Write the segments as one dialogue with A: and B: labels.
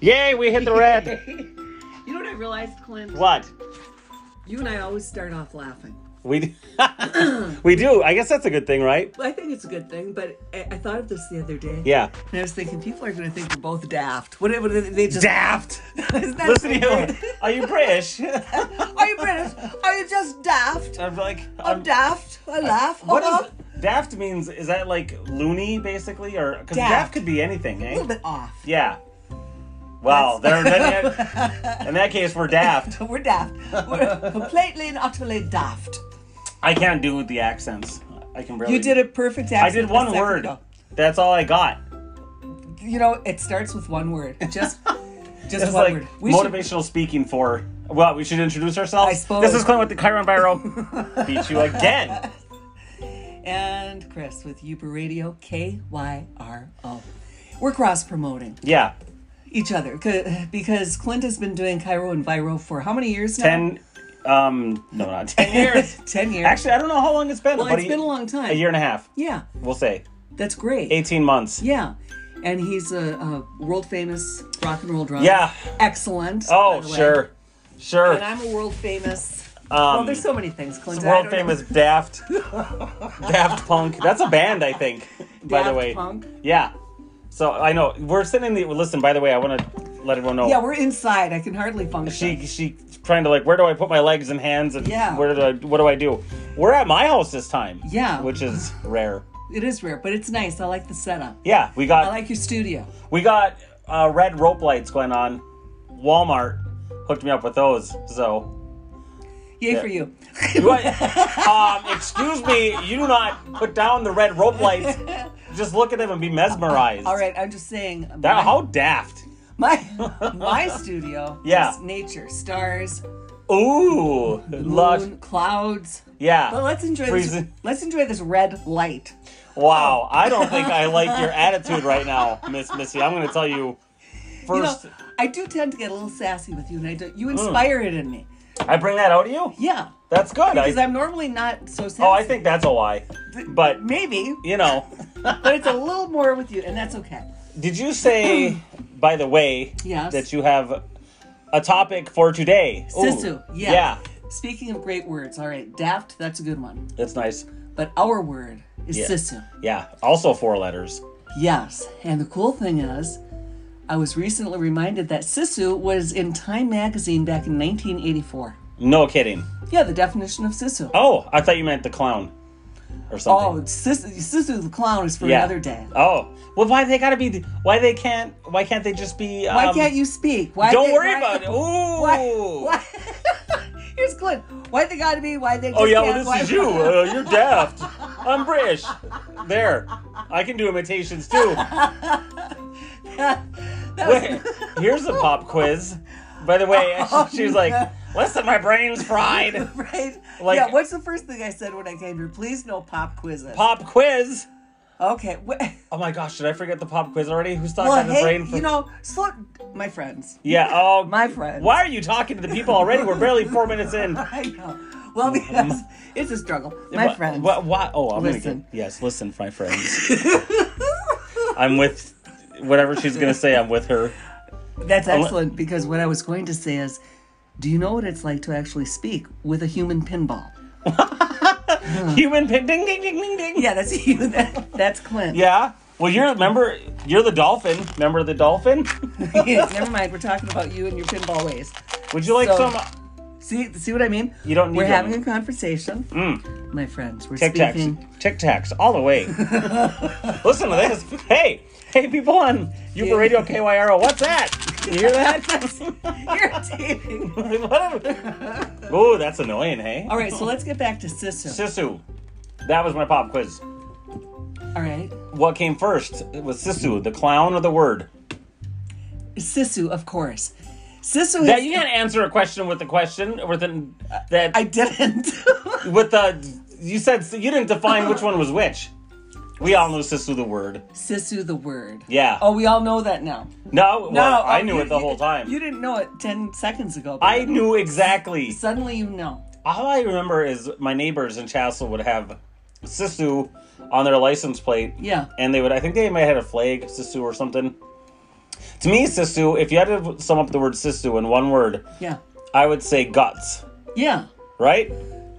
A: Yay, we hit the red.
B: you know what I realized, Clint?
A: what?
B: You and I always start off laughing.
A: We d- we do. I guess that's a good thing, right?
B: Well, I think it's a good thing, but I, I thought of this the other day.
A: Yeah.
B: And I was thinking, people are going to think we're both daft. Whatever they they just.
A: Daft.
B: Isn't that
A: Listen to
B: so
A: you. Are you British?
B: weird? Are you British? Are you just daft?
A: I'm like. Um,
B: I'm
A: I'm,
B: Oh, daft. I laugh.
A: what
B: Uh-huh.
A: is daft means? Is that like loony, basically, or because daft.
B: Daft.
A: could be anything,
B: A
A: eh?
B: little bit off.
A: Yeah. Wow. There. Then in that case, we're daft.
B: We're daft. We're completely and utterly daft.
A: I can't do the accents. I can barely.
B: You did a perfect accent.
A: I did
B: a
A: one
B: second
A: word.
B: ago.
A: That's all I got.
B: You know, it starts with one word. Just, just
A: It's
B: one
A: like
B: word.
A: motivational speaking for. Well, we should introduce ourselves.
B: I suppose.
A: This is Clint with the Chiron Biro. Beat you again.
B: Should, and Chris with Uber Radio K Y R O. We're cross promoting
A: Yeah.
B: each other c- because Clint has been doing Cairo and Viro for how many years now?
A: Ten. Um. No, not ten years.
B: Ten years.
A: Actually, I don't know how long it's been.
B: well,
A: but
B: it's been a long time.
A: A year and a half.
B: Yeah,
A: We'll say
B: that's great.
A: eighteen months.
B: Yeah. And he's a, a world famous rock and roll drummer.
A: Yeah.
B: Excellent. by
A: Oh,
B: the way.
A: sure, sure.
B: And I'm a world famous. well,
A: um,
B: there's so many things, Clint. I
A: world
B: don't know.
A: famous Daft. Daft Punk. That's a band, I think. By the
B: Daft
A: way.
B: Punk?
A: Yeah. So I know we're sitting in the. Listen, by the way, I want to let everyone know.
B: Yeah, we're inside. I can hardly function.
A: she she trying to like where do I put my legs and hands and
B: Yeah.
A: where do I what do I do? We're at my house this time.
B: Yeah.
A: Which is rare.
B: it is rare, but it's nice. I like the setup.
A: Yeah, we got
B: I like your studio.
A: we got uh, red rope lights going on. Walmart hooked me up with those. So
B: Yay for you.
A: What? um, excuse me, you do not put down the red rope lights. Just look at them and be mesmerized.
B: All right, I'm just saying.
A: That how daft.
B: my, my studio
A: Yeah.
B: is nature, stars,
A: Ooh, lush.
B: moon, clouds. But
A: Yeah.
B: let's enjoy this,
A: Freezing.
B: let's enjoy this red light.
A: Wow. I don't think I like your attitude right now, Miss Missy. I'm going to tell you
B: You know,
A: first. Mm.
B: I do tend to get a little sassy with you, and I do, you inspire it in me.
A: I bring that out of you?
B: Yeah,
A: That's good.
B: because
A: I,
B: I'm normally not so sassy.
A: oh, I think that's a lie. But,
B: maybe,
A: you know,
B: but it's a little more with you, and that's okay.
A: did you say, by the way,
B: Yes.
A: that you have a topic for today? Ooh,
B: Sisu, yeah.
A: Yeah,
B: Speaking of great words, all right, daft, that's a good one.
A: that's nice.
B: But our word is
A: Yeah.
B: sisu.
A: Yeah, also four letters.
B: Yes, and the cool thing is, I was recently reminded that sisu was in Time magazine back in 1984.
A: No kidding.
B: Yeah, the definition of sisu.
A: Oh, I thought you meant the clown or something.
B: Oh, sisu, sisu the clown is for
A: Yeah.
B: another day.
A: Oh, well, why they gotta be? Why they can't? Why can't they just be? Um,
B: Why can't you speak? Why
A: Don't
B: they-
A: worry
B: why-
A: about it. Ooh.
B: Why? why Here's Clint. Why they gotta be? Why they? Just
A: Oh yeah, well,
B: can't, why-
A: this is you. Uh, you're daft. I'm British. There, I can do imitations too. Wait, here's a pop quiz. By the way,
B: Oh,
A: she was like,
B: no.
A: "Listen, my brain's fried."
B: Right?
A: Like-
B: yeah. What's the first thing I said when I came here? Please no pop quizzes.
A: Pop quiz.
B: Okay. wh-
A: Oh my gosh, did I forget the pop quiz already? Who's talking
B: Well,
A: about the
B: hey,
A: brain? For-
B: you know, slow, my friends.
A: Yeah. Oh,
B: My friends.
A: Why are you talking to the people already? We're barely four minutes in.
B: I know. Well,
A: Mm-hmm.
B: because it's a struggle. My
A: Wha-
B: friends.
A: wha- why- Oh, I'm gonna
B: Listen.
A: get. Yes, listen, my friends. I'm with whatever she's gonna say. I'm with her.
B: That's excellent because what I was going to say is, do you know what it's like to actually speak with a human pinball?
A: Human pin. Ding ding ding ding ding.
B: Yeah, that's you. That, that's Clint.
A: Yeah. Well, you're remember you're the dolphin. Remember the dolphin?
B: Never mind. We're talking about you and your pinball ways.
A: Would you like
B: So-
A: some?
B: See, see what I mean?
A: You don't need Mm.
B: We're
A: any.
B: having a conversation, my friends. We're
A: Tic Tacs.
B: speaking.
A: Tic Tacs all the way. Listen to this. Hey, hey, people on Uber Radio KYRO, what's that? You hear that?
B: Irritating.
A: oh, that's annoying, hey?
B: All right, so let's get back to Sisu.
A: Sisu. That was my pop quiz.
B: All right,
A: What came first? It was Sisu, the clown or the word?
B: Sisu, of course. Sisu.
A: That
B: is-
A: you can't answer a question with a question with an uh, that
B: I didn't.
A: with the you said you didn't define which one was which. We all know Sisu the word.
B: Sisu, the word.
A: Yeah.
B: Oh, we all know that now.
A: No, well, I
B: oh,
A: knew
B: you-
A: it the
B: you-
A: whole time.
B: You didn't know it ten seconds ago. but
A: I knew exactly.
B: Suddenly, you know.
A: All I remember is my neighbors in Chassel would have Sisu on their license plate.
B: Yeah.
A: And they would, I think they might have had a flag, Sisu or something. To me, Sisu, if you had to sum up the word Sisu in one word,
B: Yeah.
A: I would say guts,
B: Yeah.
A: right?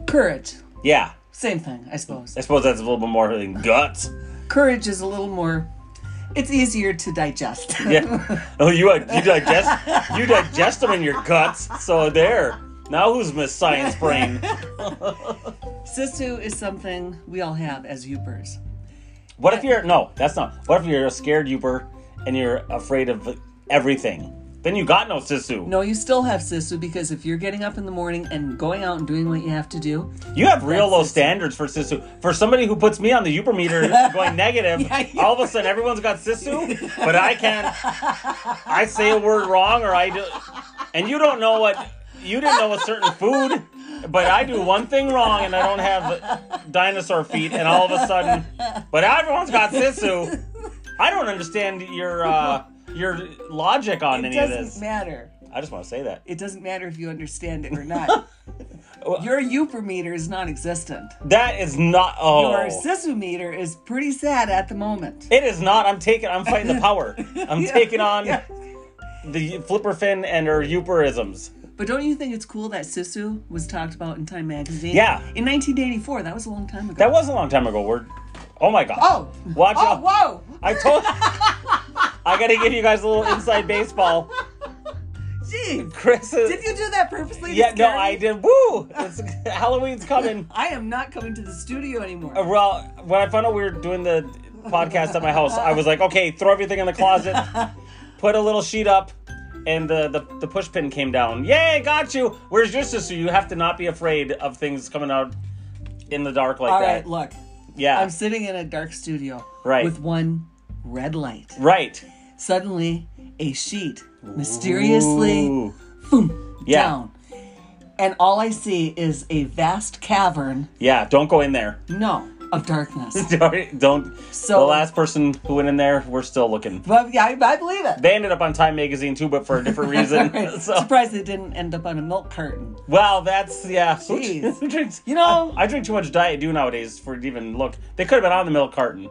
B: Courage.
A: Yeah.
B: Same thing, I suppose.
A: I suppose that's a little bit more than guts.
B: Courage is a little more. It's easier to digest.
A: Yeah. Oh, you you digest you digest them in your guts. So there. Now who's Miss Science Brain?
B: Sisu is something we all have as youpers.
A: What if you're no? That's not. What if you're a scared youper and you're afraid of everything? Then you got no sisu.
B: No, you still have Sisu because if you're getting up in the morning and going out and doing what you have to do,
A: You have real
B: That's
A: low
B: sisu.
A: standards for sisu. For somebody who puts me on the Uber meter going negative,
B: Yeah, you-
A: all of a sudden everyone's got sisu, but I can't. I say a word wrong or I do, and you don't know what you didn't know a certain food, but I do one thing wrong and I don't have dinosaur feet, and all of a sudden, but everyone's got sisu. I don't understand your uh, your logic on
B: it
A: any of this.
B: doesn't matter.
A: I just want to say that.
B: It doesn't matter if you understand it or not. Your youper meter is non existent.
A: That is not. Oh,
B: Your Sisu meter is pretty sad at the moment.
A: It is not. I'm taking. I'm fighting the power. I'm
B: Yeah,
A: taking on
B: yeah.
A: the flipper fin and her euperisms.
B: But don't you think it's cool that Sisu was talked about in Time magazine?
A: Yeah.
B: In 1984, that was a long time ago.
A: That was a long time ago. We're. Oh my god.
B: oh!
A: Watch
B: Oh,
A: out.
B: whoa!
A: I told. I gotta give you guys a little inside baseball.
B: Jeez!
A: Chris is.
B: Did you do that purposely? to
A: yeah. No,
B: scare me?
A: I did. Woo! It's, Halloween's coming.
B: I am not coming to the studio anymore.
A: Uh, Well, when I found out we were doing the podcast at my house, I was like, okay, throw everything in the closet, put a little sheet up, and the, the, the push pin came down. Yay, got you! Where's your sister? You have to not be afraid of things coming out in the dark like
B: All
A: that.
B: right, look.
A: yeah.
B: I'm sitting in a dark studio
A: Right.
B: with one red light.
A: right.
B: Suddenly, a sheet mysteriously
A: Ooh.
B: boom,
A: Yeah.
B: down. And all I see is a vast cavern,
A: Yeah, don't go in there.
B: no, of darkness.
A: Don't- don't.
B: So-
A: the last person who went in there, we're still looking.
B: but yeah, I, I believe it.
A: They ended up on Time Magazine too, but for a different reason.
B: Right.
A: so,
B: Surprised it didn't end up on a milk carton.
A: well, that's yeah. Who-
B: Jeez.
A: who drinks-
B: You know,
A: I drink too much Diet Dew nowadays for it to even look. They could have been on the milk carton.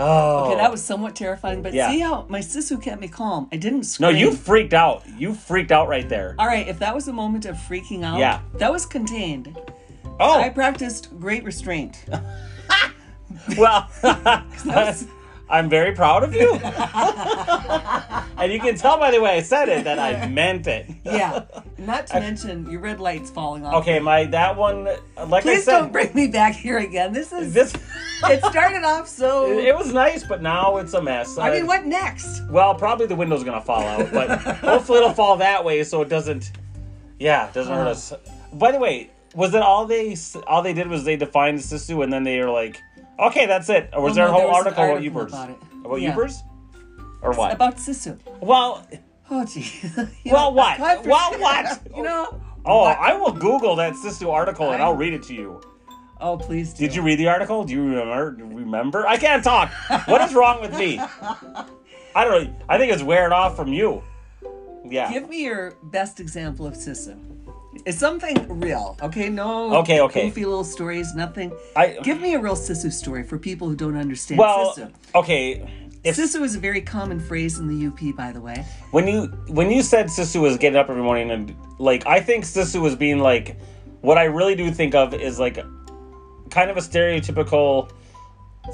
A: Oh.
B: okay, that was somewhat terrifying. But
A: Yeah.
B: see how my sisu kept me calm. I didn't
A: No,
B: scream.
A: you freaked out. You freaked out right there.
B: All right, if that was a moment of freaking out,
A: Yeah.
B: that was contained.
A: Oh,
B: I practiced great restraint.
A: well. I'm very proud of you. and you can tell by the way I said it that I meant it.
B: Yeah. Not to mention your red lights falling off.
A: Okay, my that one like I
B: Please
A: said
B: don't bring me back here again. This is
A: this
B: it started off so
A: it was nice, but now it's a mess. Uh,
B: I mean what next?
A: Well, probably the window's gonna fall out, but hopefully it'll fall that way so it doesn't. Yeah, it doesn't
B: Uh-huh.
A: hurt us. By the way, was it all they s- all they did was they defined Sisu and then they were like, okay, that's it, or was
B: Oh,
A: there a
B: no,
A: whole
B: there was an
A: article, about
B: article
A: Ubers?
B: about it.
A: About
B: Yeah.
A: Ubers? Or what?
B: About Sisu.
A: well,
B: Oh gee. You
A: Well, what?
B: God for-
A: Well, what?
B: you know?
A: oh, I will Google that Sisu article and
B: I-
A: I'll read it to you.
B: Oh please do.
A: Did you read the article? Do you remember? Remember? I can't talk. what is wrong with me? I don't know. I think it's wearing off from you. Yeah.
B: give me your best example of Sisu? It's something real, okay? No
A: Okay, okay.
B: goofy little stories, nothing.
A: I-
B: Give me a real Sisu story for people who don't understand
A: well,
B: Sisu.
A: okay. If
B: Sisu is a very common phrase in the UP, by the way.
A: when you when you said Sisu was getting up every morning and like I think Sisu was being like what I really do think of is like kind of a stereotypical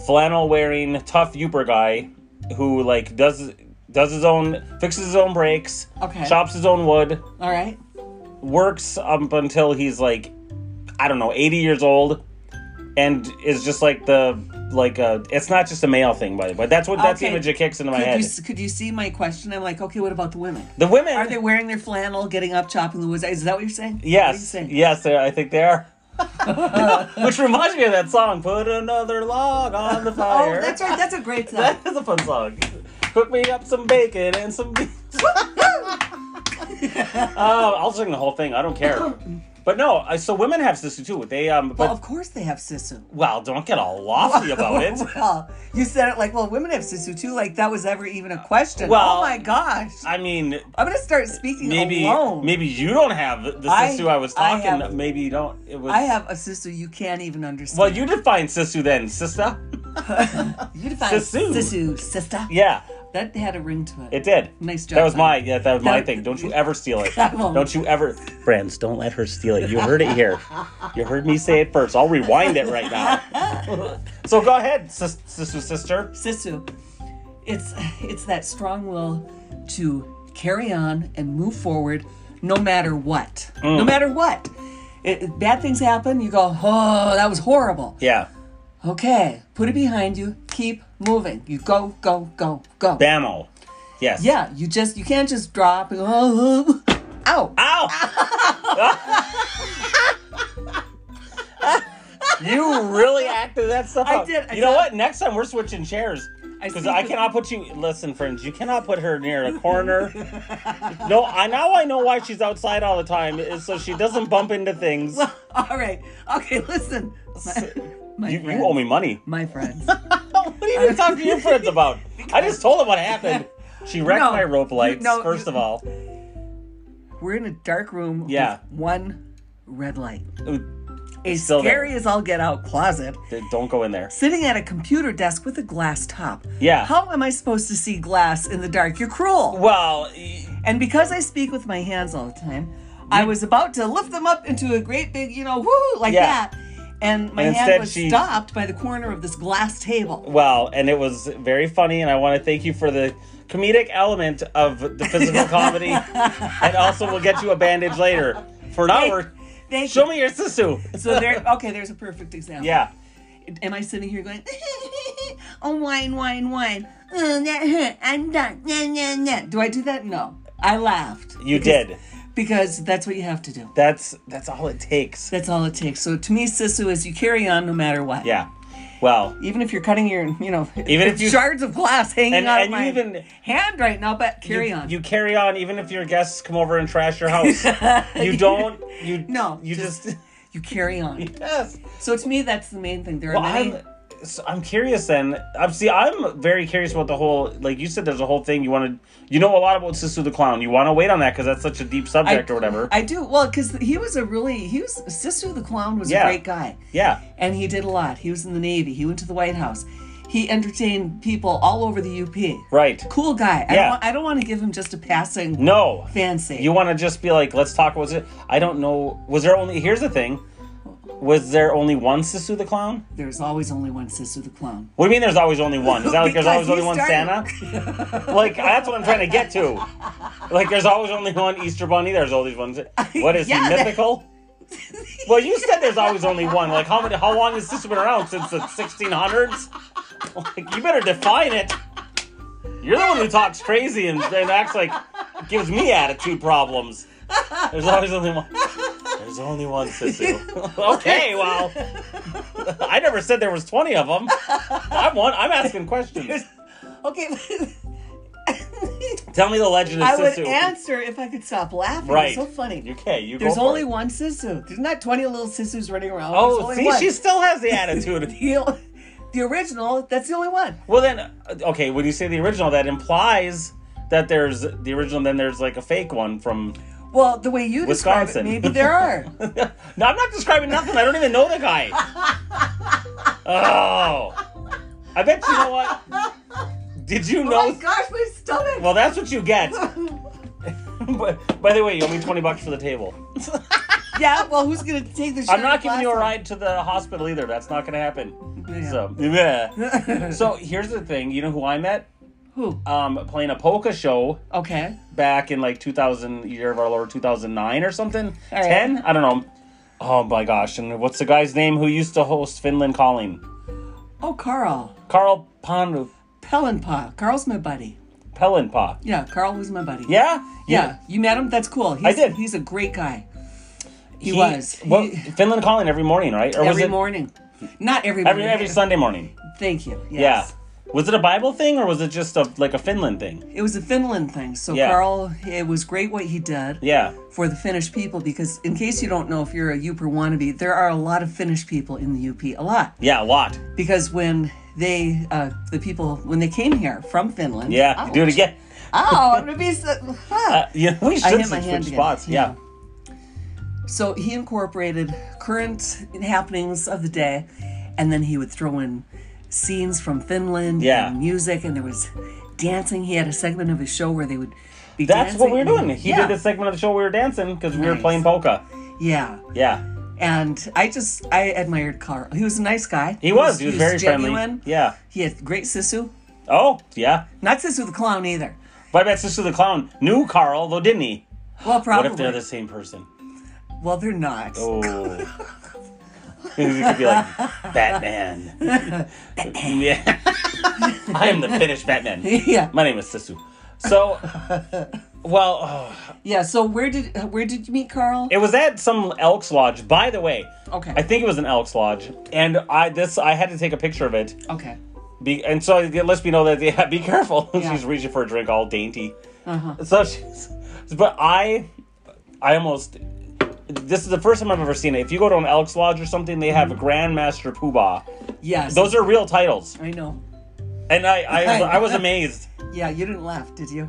A: flannel wearing tough youper guy who like does does his own fixes his own brakes,
B: Okay.
A: chops his own wood,
B: All right.
A: works up until he's like I don't know, 80 years old and is just like the like uh it's not just a male thing by the way. That's what that's the
B: Okay.
A: image it kicks into my
B: Could
A: head.
B: you, could you see my question? I'm like, okay, what about the women?
A: the women
B: Are they wearing their flannel, getting up, chopping the woods? Is that what you're saying? What are you
A: Yes,
B: saying?
A: yes, they- I think they are. Which reminds me of that song, "Put Another Log on the Fire."
B: Oh, that's right. That's a great song.
A: That is a fun song. Cook me up some bacon and some beans. Uh, I'll sing the whole thing. I don't care. But no, I, so women have sisu too. They um, but
B: well, of course they have sisu.
A: well, don't get all lofty about it.
B: Well, you said it like, well, women have sisu too. Like that was ever even a question.
A: Well-
B: oh my gosh.
A: I mean,
B: I'm gonna start speaking
A: maybe
B: alone.
A: maybe you don't have the
B: I-
A: sisu I, was
B: I
A: talking.
B: have-
A: maybe you don't. It was.
B: I have a sisu you can't even understand.
A: well, you define sisu then, sister.
B: you define
A: sisu.
B: sisu, sister.
A: Yeah.
B: That had a ring to it.
A: It did.
B: nice job.
A: That was
B: hon.
A: my yeah, that was my
B: That-
A: thing. Don't you ever steal it.
B: I won't.
A: Don't you ever friends, don't let her steal it. You heard it here. You heard me say it first. I'll rewind it right now. So go ahead, sis- sister sister.
B: Sisu. It's it's that strong will to carry on and move forward no matter what.
A: Mm.
B: No matter what. It, it- bad things happen, you go, "Oh, that was horrible."
A: Yeah.
B: Okay, put it behind you. Keep moving. You go, go, go, go.
A: Bammo. Yes.
B: yeah, you just you can't just drop and go, "Oh, oh, ow.
A: Ow! you really acted that stuff
B: I
A: out.
B: did, I
A: you know
B: did.
A: what? Next time we're switching chairs.
B: I
A: Because
B: see
A: I
B: the-
A: cannot put you. Listen, friends, you cannot put her near a corner. no, I now I know why she's outside all the time. Is so she doesn't bump into things.
B: All right. Okay, listen. My, my
A: You,
B: friends.
A: you owe me money.
B: My friends.
A: what are you even talking to your friends about? I just told them what happened. She wrecked
B: No,
A: my rope
B: you-
A: lights.
B: no,
A: first
B: you-
A: of all,
B: We're in a dark room
A: Yeah.
B: with one red light.
A: Ooh,
B: A
A: Still there.
B: scary as all get out closet.
A: don't go in there.
B: Sitting at a computer desk with a glass top.
A: Yeah.
B: How am I supposed to see glass in the dark? You're cruel.
A: Well, y-
B: And because I speak with my hands all the time, I was about to lift them up into a great big, you know, whoo, like
A: Yeah.
B: that. And my
A: And
B: hand
A: instead
B: was
A: she-
B: stopped by the corner of this glass table.
A: Wow, and it was very funny, and I want to thank you for the comedic element of the physical comedy, and also we'll get you a bandage later. For an hour,
B: Thank
A: show
B: you.
A: me your sisu.
B: So there, okay, there's a perfect example.
A: Yeah,
B: Am I sitting here going, oh, wine, wine, wine. Oh, that hurt. I'm done. Nah, nah, nah. Do I do that? No. I laughed.
A: you
B: Because-
A: did.
B: Because that's what you have to do.
A: That's that's all it takes.
B: That's all it takes. So to me, Sisu is you carry on no matter what.
A: Yeah. Wow.
B: Even if you're cutting your, you know,
A: Even if you-
B: shards of glass hanging
A: And-
B: out
A: and
B: of
A: you
B: my
A: even-
B: hand right now, but carry on.
A: You carry on, even if your guests come over and trash your house. you don't. You
B: No,
A: You just,
B: You carry on.
A: yes.
B: So to me, that's the main thing. There are
A: Well,
B: many.
A: I'm. So I'm curious then. I'm see. I'm very curious about the whole. Like you said, there's a whole thing you want to. You know a lot about Sisu the clown. You want to wait on that because that's such a deep subject or whatever.
B: I do well because he was a really he was Sisu the clown was
A: Yeah.
B: a great guy.
A: yeah.
B: and he did a lot. He was in the Navy. He went to the White House. He entertained people all over the UP.
A: Right.
B: Cool guy. I
A: Yeah.
B: don't, want- I don't want to give him just a passing
A: No.
B: fancy.
A: You want to just be like, let's talk. Was it? I don't know. Was there only? Here's the thing. Was there only one Sisu the clown?
B: There's always only one Sisu the clown.
A: What do you mean? There's always only one? Is that like there's
B: Because
A: always only
B: he
A: one Santa? like that's what I'm trying to get to. Like there's always only one Easter Bunny. There's always one. What is
B: Yeah,
A: he
B: that-
A: mythical? well, you said there's always only one. Like how many? How long has Sisu been around since the 1600s? Like you better define it. You're the one who talks crazy and, and acts like gives me attitude problems. There's always only one. There's only one Sisu. okay, well, I never said there was 20 of them. I'm one. I'm asking questions.
B: Okay,
A: Tell me the legend of
B: I would
A: Sisu.
B: answer if I could stop laughing.
A: right.
B: It's so funny.
A: You Okay, you
B: There's
A: go for
B: only
A: it.
B: one Sisu. There's not 20 little Sisus running around. There's
A: Oh,
B: only
A: see,
B: one.
A: she still has the attitude.
B: the, the original. That's the only one.
A: well, then, uh, okay. When you say the original, that implies that there's the original. Then there's like a fake one from.
B: Well, the way you describe it,
A: Wisconsin.
B: maybe there are.
A: no, I'm not describing nothing. I don't even know the guy. oh, I bet you know what. Did you know?
B: Oh my gosh, my stomach.
A: Well, that's what you get. but, by the way, you owe me 20 bucks for the table.
B: Yeah, well, who's gonna take the?
A: I'm
B: shirt
A: not
B: off
A: giving you a
B: last
A: ride to the hospital either. That's not going to happen.
B: time? Yeah.
A: So, yeah. so here's the thing. You know who I met?
B: Who?
A: Um, playing a polka show
B: Okay.
A: back in like 2000, year of our Lord 2009 or something.
B: All right.
A: Ten? I don't know. Oh my gosh! And what's the guy's name who used to host Finland Calling?
B: Oh, Carl.
A: Carl Pan
B: Pellenpa. Carl's my buddy.
A: Pellenpa.
B: Yeah, Carl was my buddy.
A: Yeah.
B: Yeah. You met him? That's cool. He's,
A: did.
B: He's a great guy.
A: He-
B: He, was. He-
A: What, Finland Calling every morning, right? Or was
B: every
A: it
B: morning. Not every
A: every
B: morning.
A: every Sunday morning?
B: Thank you.
A: Yeah.
B: Yes.
A: Was it a Bible thing or was it just a like a Finland thing?
B: It was a Finland thing. So
A: Yeah.
B: Carl, it was great what he did
A: Yeah.
B: for the Finnish people because, in case you don't know, if you're a Uper wannabe, there are a lot of Finnish people in the UP. A lot.
A: Yeah, a lot.
B: Because when they, uh, the people, when they came here from Finland.
A: Yeah.
B: Ouch.
A: Do it again.
B: Oh, it'd be so. huh.
A: Uh, yeah, we
B: I
A: should
B: hit my hand
A: switch
B: again.
A: spots. Yeah.
B: So he incorporated current happenings of the day, and then he would throw in scenes from Finland
A: Yeah.
B: and music, and there was dancing. He had a segment of his show where they would be
A: That's what we were
B: dancing.
A: doing. He
B: yeah.
A: did a segment of the show we were dancing because we were
B: Nice.
A: playing polka.
B: Yeah.
A: Yeah.
B: And I just, I admired Carl. He was a nice guy.
A: He was. He was, very friendly.
B: genuine.
A: Yeah.
B: He had great Sisu.
A: Oh, yeah.
B: Not Sisu the clown either.
A: But I bet Sister the Clown knew Carl, though, didn't he?
B: Well,
A: What
B: probably.
A: if they're the same person?
B: Well, they're not.
A: Oh. we could be like Batman. Yeah. I am the finished Batman.
B: yeah.
A: My name is Sisu. So, well, oh,
B: Yeah. So where did uh, where did you meet Carl?
A: it was at some Elks Lodge. By the way,
B: Okay.
A: I think it was an Elks Lodge, and I this I had to take a picture of it.
B: okay.
A: Be, and so it lets me know that yeah, be careful.
B: Yeah. Uh-huh.
A: she's reaching for a drink, all dainty. So she's, but I, I almost. This is the first time I've ever seen it. If you go to an Elks Lodge or something, they have a
B: Mm-hmm.
A: Grandmaster Poobah.
B: Yes.
A: Those are real titles,
B: I know.
A: and I, I, was, I was amazed.
B: Yeah. You didn't laugh, did you?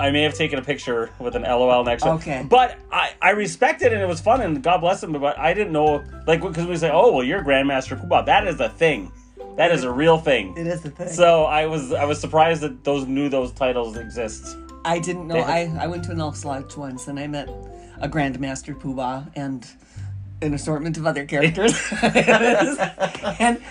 A: I may have taken a picture with an LOL next to it.
B: Okay.
A: But I, I respected it and it was fun and God bless him. But I didn't know, like, because we say, oh, well, you're Grandmaster Poobah. That is a thing. That is a real thing.
B: It is the thing.
A: So I was I was surprised that those knew those titles exist.
B: I didn't know.
A: They
B: I, I went to an elf's lodge once and I met a Grandmaster Poobah and an assortment of other characters. and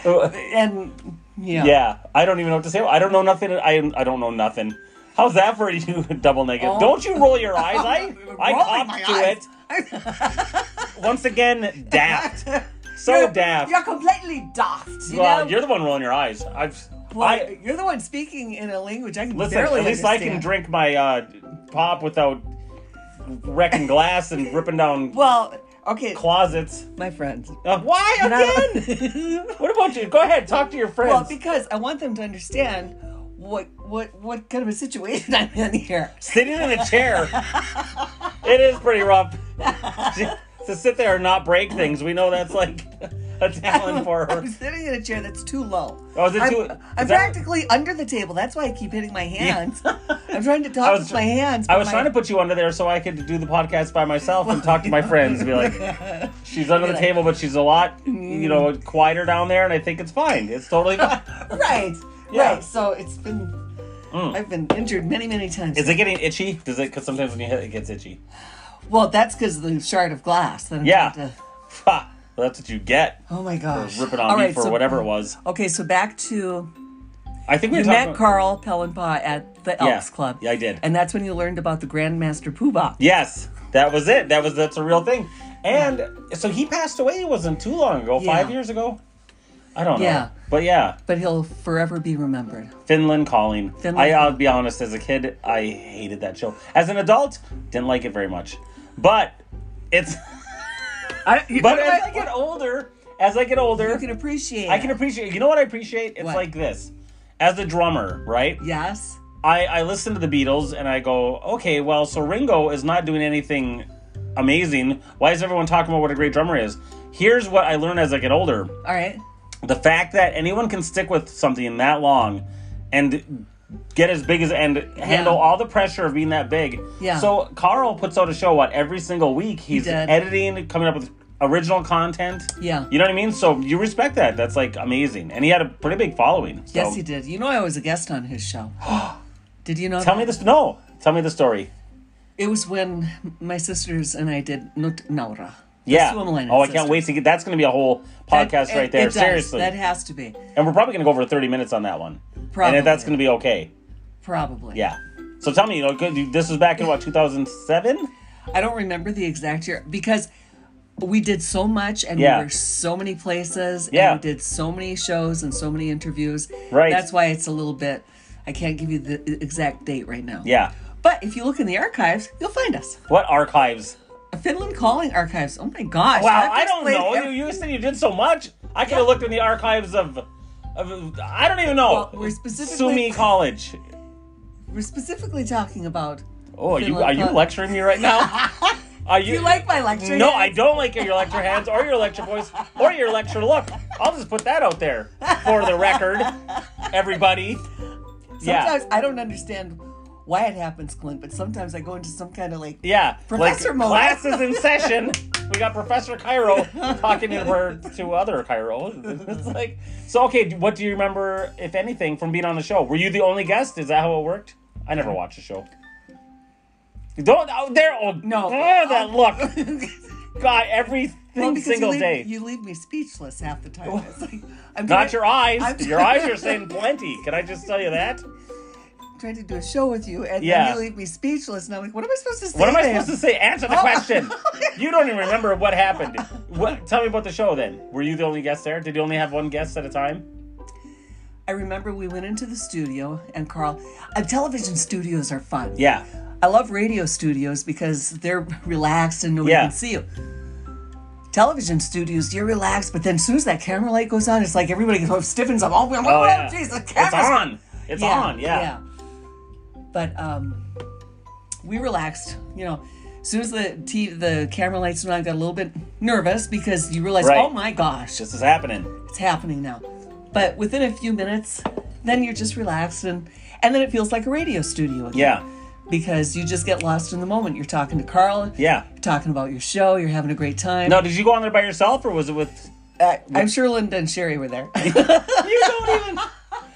B: and yeah.
A: Yeah, I don't even know what to say. I don't know nothing. I I don't know nothing. How's that for you? Double negative.
B: Oh.
A: Don't you roll your eyes? I I
B: Rolling
A: copped
B: my
A: to
B: eyes.
A: it once again. Daft. So
B: you're,
A: daft.
B: You're completely daft. You
A: well,
B: know?
A: you're the one rolling your eyes. I've.
B: Well,
A: I
B: you're the one speaking in a language I can
A: listen.
B: barely
A: At least I can
B: understand.
A: drink my uh, pop without wrecking glass and ripping down
B: Well, okay,
A: closets.
B: my friends.
A: Uh, why again? what about you? Go ahead. Talk to your friends.
B: well, because I want them to understand what what what kind of a situation I'm in here.
A: sitting in a chair. it is pretty rough to sit there and not break things. We know that's like a talent for her.
B: I'm sitting in a chair that's too low.
A: Oh, is it
B: I'm,
A: too-
B: I'm
A: is that-
B: practically under the table. That's why I keep hitting my hands. I'm trying to talk
A: was-
B: with my hands.
A: I
B: but
A: was
B: my-
A: trying to put you under there so I could do the podcast by myself and talk to my friends. Be like, she's under the
B: like-
A: table, but she's a lot, you know, quieter down there, and I think it's fine. It's totally fine.
B: Right,
A: Yeah. Mm.
B: right. So it's been. I've been injured many, many times.
A: Is it getting itchy? Does it? Because sometimes when you hit, it it gets itchy.
B: well, that's because the shard of glass. That I'm
A: Yeah.
B: trying to-
A: Ha! Well, that's what you get.
B: oh my gosh.
A: Rip it on
B: All
A: me
B: right,
A: for
B: so-
A: whatever it was.
B: Okay, so back to
A: I think we were
B: You
A: talking
B: met
A: about-
B: Carl Pellenpa at the Elks
A: Yeah,
B: Club.
A: yeah, I did.
B: And that's when you learned about the Grandmaster Poobah.
A: Yes, that was it. That was that's a real thing. And so he passed away. It wasn't too long ago. Five
B: Yeah.
A: years ago. I don't know.
B: Yeah.
A: But yeah,
B: But he'll forever be remembered.
A: Finland Calling.
B: Finland
A: I, I'll
B: Calling.
A: be honest. As a kid, I hated that show. As an adult, didn't like it very much. But it's.
B: I,
A: But as I get older, as I get older,
B: you can appreciate
A: I can
B: it.
A: appreciate. You know what I appreciate? It's
B: What?
A: like this. As a drummer, right?
B: Yes.
A: I, I listen to the Beatles and I go, okay, well, so Ringo is not doing anything amazing. Why is everyone talking about what a great drummer is? Here's what I learned as I get older
B: All right.
A: the fact that anyone can stick with something that long and get as big as and handle all the pressure of being that big.
B: Yeah.
A: So Carl puts out a show what every single week. He's
B: did.
A: editing, coming up with original content.
B: Yeah.
A: You know what I mean? So you respect that. That's like amazing. And he had a pretty big following. So.
B: Yes, he did. You know, I was a guest on his show. did you know?
A: Tell me this no. Tell me the story.
B: It was when my sisters and I did Nut Naura.
A: Yeah.
B: Suomalainen
A: Oh, I
B: sisters.
A: can't wait to get. That's going to be a whole
B: That-
A: podcast
B: it-
A: right there.
B: it does.
A: Seriously,
B: That has to be.
A: and we're probably going to go over thirty minutes on that one.
B: Probably.
A: And that's going to be okay.
B: Probably.
A: Yeah. So tell me, you know, good- this was back in what two thousand seven?
B: I don't remember the exact year because we did so much and
A: Yeah.
B: we were so many places
A: Yeah.
B: and we did so many shows and so many interviews.
A: Right.
B: That's why it's a little bit I can't give you the exact date right now.
A: Yeah.
B: But if you look in the archives, you'll find us.
A: What archives?
B: Finland Calling archives. Oh my gosh.
A: Wow,
B: I've
A: I don't
B: explained
A: know.
B: every-
A: You, you said you did so much. I could have looked in the archives of, of I don't even know.
B: Well, we're specifically-
A: Sumi College.
B: We're specifically talking about
A: Oh, are you
B: Finland
A: are you
B: Col-
A: lecturing me right now? Are you,
B: You like my lecture?
A: No,
B: hands?
A: I don't like your lecture hands or your lecture voice or your lecture look. I'll just put that out there for the record, everybody. Yeah.
B: Sometimes I don't understand why it happens, Clint, but sometimes I go into some kind of like
A: Yeah.
B: Professor
A: like
B: Mode.
A: classes in session We got Professor Cairo talking to her to other Cairo. It's like so. Okay, what do you remember, if anything, from being on the show? Were you the only guest? Is that how it worked? I never watched the show. Don't oh, there. Oh,
B: No.
A: Ah, that look. God, every thing-
B: Well, because you
A: single
B: leave,
A: day.
B: You leave me speechless half the time. It's like, I'm
A: Not
B: trying-
A: your eyes.
B: I'm
A: your eyes are saying plenty. Can I just tell you that?
B: trying to do a show with you, and
A: Yeah.
B: then you leave me speechless. And I'm like, what am I supposed to say?
A: What am I
B: to him?
A: supposed to say? Answer
B: Oh.
A: the question. You don't even remember what happened. What? Tell me about the show then. Were you the only guest there? Did you only have one guest at a time?
B: I remember we went into the studio, and Carl, uh, television studios are fun.
A: Yeah.
B: I love radio studios because they're relaxed and nobody
A: Yeah.
B: can see you. Television studios, you're relaxed, but then as soon as that camera light goes on, it's like everybody goes, stiffens up. Oh, oh,
A: Oh, yeah.
B: geez, the
A: It's
B: camera's
A: on. It's on. Yeah.
B: But um, we relaxed. You know, as soon as the t- the camera lights went on, I got a little bit nervous because you realize,
A: Right.
B: oh my gosh,
A: This is happening.
B: it's happening now. But within a few minutes, then you're just relaxed and and then it feels like a radio studio again
A: Yeah.
B: because you just get lost in the moment. You're talking to Carl.
A: Yeah.
B: You're talking about your show. You're having a great time. Uh,
A: No, did you go on there by yourself or was it with?
B: I'm sure Linda and Sherry were there.
A: You don't even.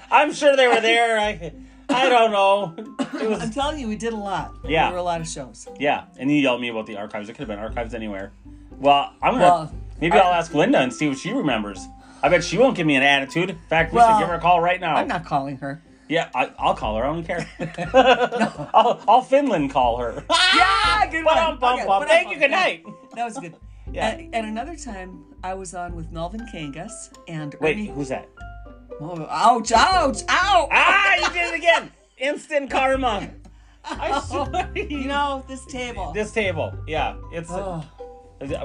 A: I'm sure they were there. I, I don't know. It was.
B: I'm telling you, we did a lot.
A: Yeah.
B: There were a lot of shows.
A: Yeah, and you yelled at me about the archives. It could have been archives anywhere. Well, I'm gonna
B: Well,
A: maybe I, will ask Linda and see what she remembers. I bet she won't give me an attitude. In fact, we should
B: Well,
A: give her a call right now.
B: I'm not calling her.
A: yeah, I, I'll call her. I don't care. I'll, I'll Finland call her.
B: Yeah, good one.
A: Bum, bum,
B: Okay,
A: bum.
B: what
A: Thank
B: up,
A: you. Good
B: yeah.
A: night.
B: That was good.
A: Yeah.
B: At, at another time, I was on with Melvin Kangas and
A: Wait,
B: Ernie.
A: who's that?
B: Oh, ouch! Ouch! Ouch!
A: Ah, you did it again. Instant karma. I swear.
B: Oh, You know this table.
A: This table. Yeah, it's.
B: Oh.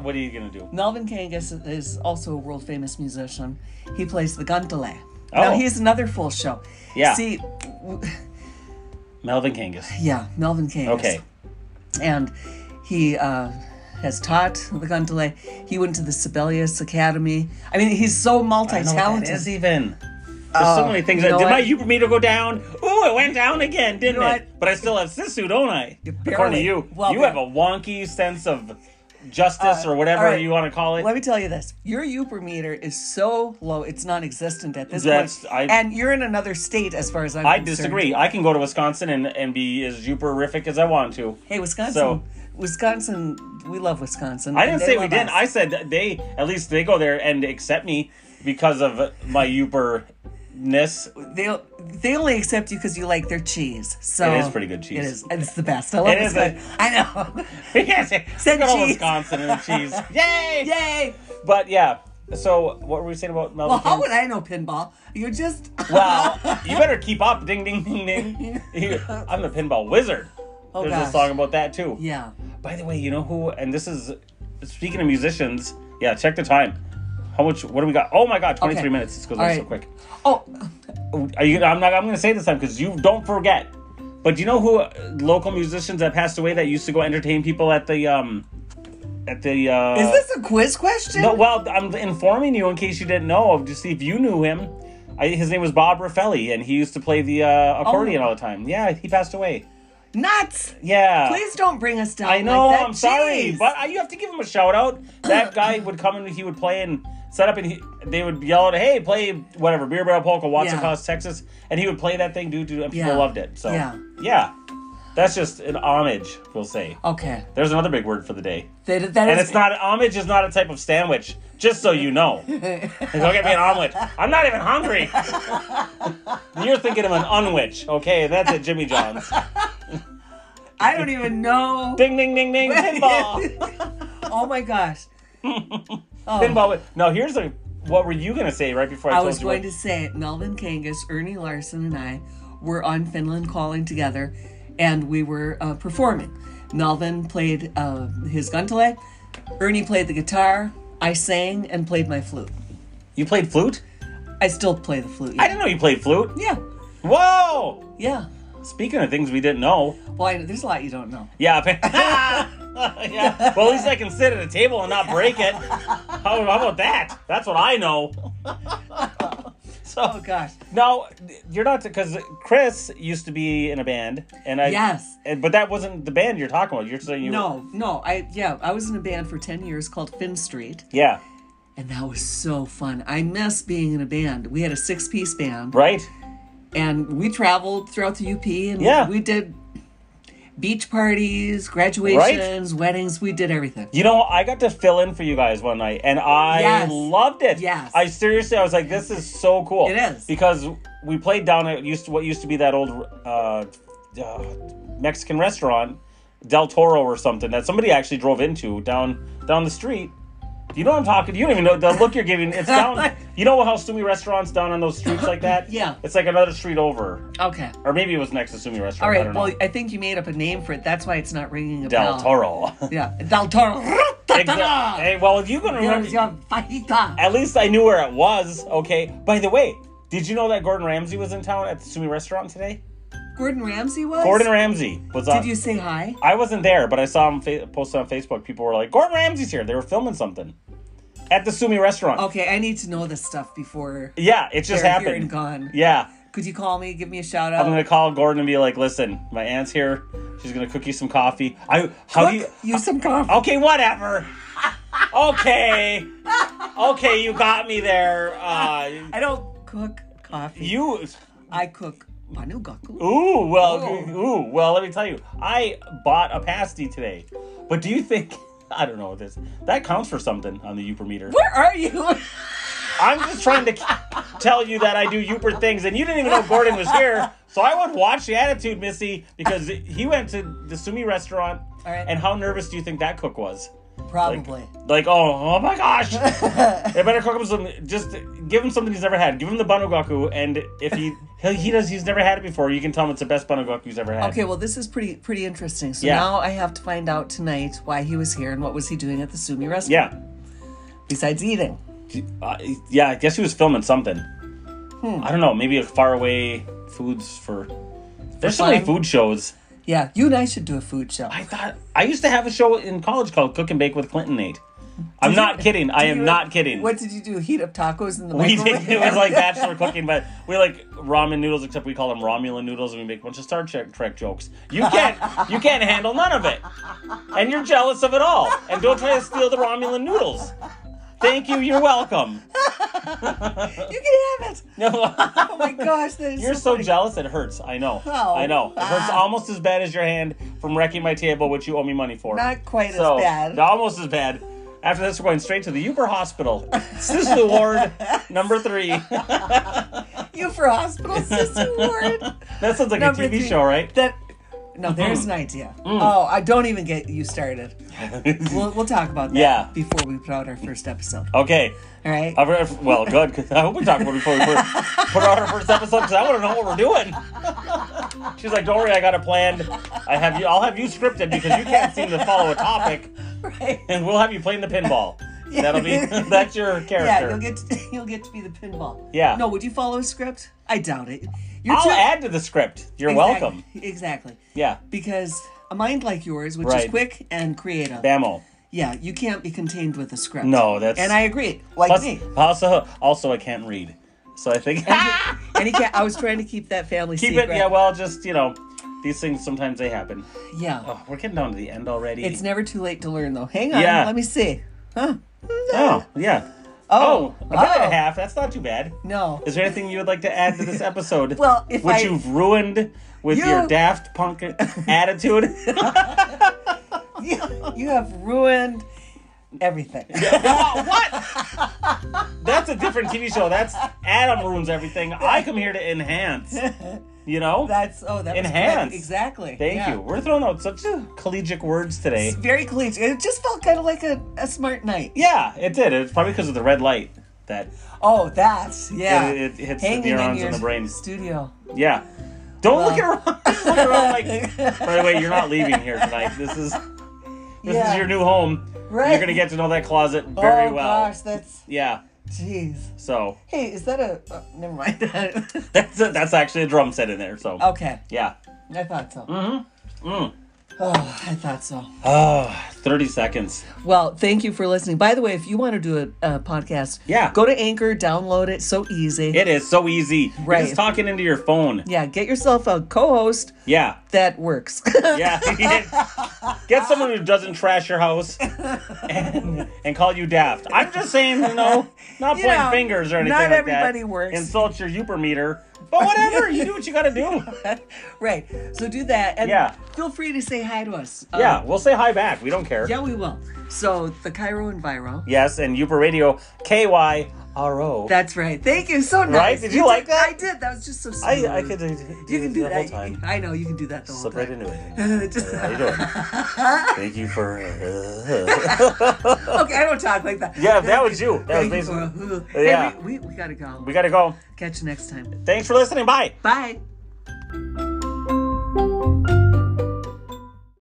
A: What are you gonna do?
B: Melvin Kangas is also a world famous musician. He plays the guntule.
A: Oh.
B: Now he's another full show.
A: Yeah.
B: See, w-
A: Melvin Kangas.
B: yeah, Melvin Kangas.
A: Okay.
B: And he uh, has taught the guntule. He went to the Sibelius Academy. I mean, he's
A: I
B: so
A: don't know what that
B: multi-talented.
A: is even. There's so
B: Oh,
A: many things.
B: you
A: that,
B: know
A: did my
B: what?
A: Ubermeter go down? Ooh, it went down again, didn't
B: know
A: it?
B: what?
A: But I still have Sisu, don't I? According to
B: barely.
A: you,
B: Well,
A: you
B: but-
A: have a wonky sense of justice
B: Uh,
A: or whatever
B: all right.
A: you want to call it.
B: Let me tell you this: your Uber meter is so low; it's non-existent at this
A: That's-
B: point.
A: I-
B: and you're in another state, as far as I'm
A: I
B: concerned.
A: disagree. I can go to Wisconsin and, and be as Juperific as I want to.
B: Hey, Wisconsin,
A: So-
B: Wisconsin, we love Wisconsin.
A: I didn't
B: They
A: say we
B: love
A: didn't.
B: us.
A: I said that they at least they go there and accept me because of my Uberness.
B: they they only accept you because you like their cheese. So
A: It is pretty good cheese.
B: It is. It's the best. I love
A: It
B: it.
A: is
B: I know.
A: yes,
B: Said
A: go to
B: cheese.
A: Wisconsin and cheese. Yay!
B: Yay!
A: But yeah. So what were we saying about Melvin?
B: Well, how
A: Kangas?
B: would I know pinball? You just
A: Wow, you better keep up. Ding, ding, ding, ding. You- I'm the pinball wizard. There's a
B: Oh, gosh.
A: song about that too.
B: yeah.
A: By the way, you know who? And this is speaking of musicians. Yeah, check the time. How much? What do we got? Oh my god, 23
B: Okay.
A: minutes. This goes
B: All
A: by
B: right.
A: so quick.
B: Oh,
A: Are you? I'm not. I'm going to say this time because you don't forget. But do you know who? uh, Local musicians that passed away that used to go entertain people at the um, at the. Uh,
B: is this a quiz question?
A: no, well, I'm informing you in case you didn't know to see if you knew him. I, his name was Bob Raffelli, and he used to play the
B: Oh.
A: uh, accordion all the time. Yeah, he passed away.
B: Nuts!
A: Yeah,
B: Please don't bring us down.
A: I know.
B: Like that.
A: I'm sorry,
B: Jeez.
A: but I, you have to give him a shout out. That guy would come and he would play and set up, and he, they would yell out, "Hey, play whatever beer barrel polka, Watson
B: Yeah.
A: House, Texas," and he would play that thing, dude, dude, and people
B: Yeah.
A: loved it. So
B: Yeah.
A: yeah, that's just an homage, we'll say.
B: okay.
A: There's another big word for the day.
B: That, that
A: And
B: is-
A: it's not homage is not a type of sandwich. Just so you know, go get me an omelet. I'm not even hungry. You're thinking of an unwich, okay? That's at Jimmy John's.
B: I don't even know.
A: Ding, ding, ding, ding. Pinball.
B: Oh my gosh. Oh.
A: Pinball. with- Now here's a. What were you gonna say right before I,
B: I
A: told
B: was
A: you?
B: going to say it. Melvin Kangas, Ernie Larson, and I were on Finland Calling together, and we were uh, performing. Melvin played uh, his guntule, Ernie played the guitar, I sang and played my flute.
A: You played flute?
B: I still play the flute.
A: I
B: Yeah,
A: didn't know you played flute.
B: yeah.
A: Whoa!
B: yeah.
A: Speaking of things we didn't know.
B: Well, I, there's a lot you don't know.
A: Yeah. pin- yeah. Well, at least I can sit at a table and not break it. How, how about that? That's what I know.
B: Oh gosh.
A: Now you're not because Chris used to be in a band, and I
B: Yes.
A: and, but that wasn't the band you're talking about. You're saying you
B: No, no. I yeah, I was in a band for 10 years called Finn Street,
A: yeah,
B: and that was so fun. I miss being in a band. We had a six-piece band,
A: right?
B: and we traveled throughout the UP, and
A: Yeah.
B: we did beach parties, graduations, weddings. We did everything.
A: You know, I got to fill in for you guys one night, and I
B: Yes.
A: loved it.
B: Yes.
A: I seriously, I was like, this is so cool.
B: It is.
A: because we played down at used to what used to be that old uh, uh, Mexican restaurant, Del Toro or something that somebody actually drove into down down the street. You know what I'm talking? You don't even know the look you're giving. It's down. you know how Sumi restaurants down on those streets like that?
B: Yeah.
A: It's like another street over,
B: Okay.
A: or maybe it was next to Sumi restaurant.
B: All
A: I
B: right.
A: don't
B: well,
A: know.
B: I think you made up a name for it. That's why it's not ringing a
A: Del
B: bell.
A: Toro.
B: Yeah, Del Toro.
A: Exa- Hey, well, if you can remember,
B: Fajita.
A: At least I knew where it was. Okay. By the way, did you know that Gordon Ramsay was in town at the Sumi restaurant today?
B: Gordon Ramsay was.
A: Gordon Ramsay was on.
B: Did you say hi?
A: I wasn't there, but I saw him fa- posted on Facebook. People were like, "Gordon Ramsay's here." They were filming something at the Sumi restaurant.
B: Okay, I need to know this stuff before
A: Yeah, it just
B: Oh, they're here and
A: happened.
B: gone.
A: Yeah.
B: Could you call me? Give me a shout
A: I'm
B: out.
A: gonna call Gordon and be like, "Listen, my aunt's here. She's gonna cook you some coffee. I how do you?
B: Cook you some coffee.
A: Okay, whatever. okay, okay, you got me there. Uh,
B: I don't cook coffee.
A: you
B: I cook manugaku.
A: Ooh, well,
B: Ooh.
A: ooh, well, let me tell you, I bought a pasty today. But do you think I don't know this? That counts for something on the Uper meter.
B: Where are you?
A: I'm just trying to k- tell you that I do Uper things, and you didn't even know Gordon was here. So I would watch the attitude, Missy, because he went to the Sumi restaurant.
B: All right.
A: And how nervous do you think that cook was?
B: Probably.
A: Like, oh, oh my gosh! they better cook him some. Just give him something he's never had. Give him the banogaku, and if he he he does, he's never had it before. You can tell him it's the best banogaku he's ever had.
B: Okay, well, this is pretty pretty interesting. So
A: Yeah.
B: now I have to find out tonight why he was here and what was he doing at the Sumi restaurant
A: Yeah.
B: besides eating.
A: Uh, yeah, I guess he was filming something. I don't know. Maybe a faraway foods for. There's so many
B: fun.
A: food shows.
B: Yeah, you and I should do a food show.
A: I thought I used to have a show in college called Cook and Bake with Clinton Nate. I'm not kidding. I am
B: You-
A: not kidding.
B: What did you do? Heat up tacos in the
A: we
B: microwave?
A: did, it was like bachelor cooking, but we like ramen noodles, except we call them Romulan noodles, and we make a bunch of Star Trek, Trek jokes. You can't, you can't handle none of it, and you're jealous of it all. And don't try to steal the Romulan noodles. Thank you. You're welcome.
B: you can have it.
A: No.
B: Oh my gosh, that is
A: You're
B: so
A: so jealous it hurts. I know.
B: Oh,
A: I know. It hurts
B: wow.
A: almost as bad as your hand from wrecking my table, which you owe me money for.
B: not quite
A: so,
B: as bad.
A: Almost as bad. After this, we're going straight to the Uber Hospital. Sister Ward number three.
B: You for hospital sister ward.
A: That sounds like a TV show, right? Mm-hmm. Mm.
B: That no, there's an idea. Oh, I don't even get you started. We'll, we'll talk about that
A: Yeah. Oh.
B: before we put out our first episode.
A: okay.
B: All right.
A: I've- I've- Well, good. 'cause I hope we talk about it before we put, put out our first episode because I want to know what we're doing. She's like, "Don't worry, I got it planned. I have you. I'll have you scripted because you can't seem to follow a topic,
B: right.
A: and we'll have you playing the pinball.
B: Yeah.
A: That'll be that's your character.
B: Yeah, you'll get to, you'll get to be the pinball.
A: Yeah.
B: No, would you follow a script? I doubt it. You're
A: I'll
B: too-
A: add to the script. You're
B: Exactly,
A: welcome.
B: Exactly.
A: Yeah.
B: Because a mind like yours, which
A: Right.
B: is quick and creative,
A: Bammo.
B: yeah, you can't be contained with a script.
A: No, that's-
B: and I agree. Like
A: Plus,
B: me.
A: also, also, I can't read. So I think
B: and he can't. I was trying to keep that family
A: keep
B: secret.
A: it. Yeah, well, just you know, these things sometimes they happen.
B: Yeah.
A: Oh, we're getting down to the end already.
B: It's never too late to learn, though. Hang on.
A: Yeah.
B: Let me see. Huh?
A: oh yeah.
B: Oh,
A: a minute and
B: wow.
A: a half. That's not too bad.
B: No.
A: Is there anything you would like to add to this episode?
B: Well, if
A: which
B: I-
A: you've ruined with your
B: You-
A: daft punk attitude.
B: you, you have ruined everything.
A: Oh, what? That's a different TV show. That's Adam ruins everything. I come here to enhance. You know?
B: That's oh, that was correct.
A: Enhance.
B: exactly.
A: Thank
B: Yeah.
A: you. We're throwing out such collegiate words today.
B: It's very collegiate. It just felt kind of like a, a smart night.
A: Yeah, it did. It's probably because of the red light that.
B: Oh, that. Yeah.
A: It- it hits the
B: Hanging
A: neurons
B: in, your
A: in the brain.
B: Studio.
A: Yeah. Don't look around. look around like. By the way, you're not leaving here tonight. This is this
B: Yeah.
A: is your new home. You're
B: Right.
A: gonna get to know that closet very
B: oh,
A: well.
B: gosh, that's.
A: Yeah.
B: Jeez.
A: So
B: Hey, is that a. oh, never mind.
A: that's that's actually a drum set in there. So
B: Oh. okay.
A: yeah. Mm-hmm.
B: I thought so. Mm hmm. Oh, I thought so.
A: Oh, 30 seconds.
B: Well, thank you for listening. By the way, if you want to do a, a podcast,
A: Yeah.
B: go to Anchor, download it. So easy.
A: It is so easy. You're
B: Right.
A: just talking into your phone.
B: yeah, get yourself a co-host
A: Yeah.
B: that works.
A: Yeah. Get someone who doesn't trash your house and, and call you daft. I'm just saying, you know, not
B: You
A: pointing
B: know,
A: fingers or anything
B: not
A: like that.
B: everybody works.
A: Insult your youper meter. But whatever, you do what you gotta do.
B: right. So do that, and
A: Yeah.
B: feel free to say hi to us. Um,
A: Yeah, we'll say hi back. We don't care.
B: yeah, we will. So the Cairo Enviro.
A: Yes, and Youper Radio, K Y R O.
B: That's right. Thank you. So nice.
A: Right? Did you like that?
B: I did. That was just so smooth.
A: I, I could do, do
B: You can
A: this
B: do
A: the
B: that.
A: whole time.
B: I know you can do that the whole
A: Slip right
B: time.
A: into it.
B: Just-
A: How you doing? Thank you for. uh,
B: okay, I don't talk like that.
A: Yeah, that was you. That was
B: Thank you
A: basically-
B: for- Hey,
A: Yeah.
B: we, we, we gotta go.
A: we gotta go.
B: Catch you next time.
A: Thanks for listening. Bye.
B: Bye.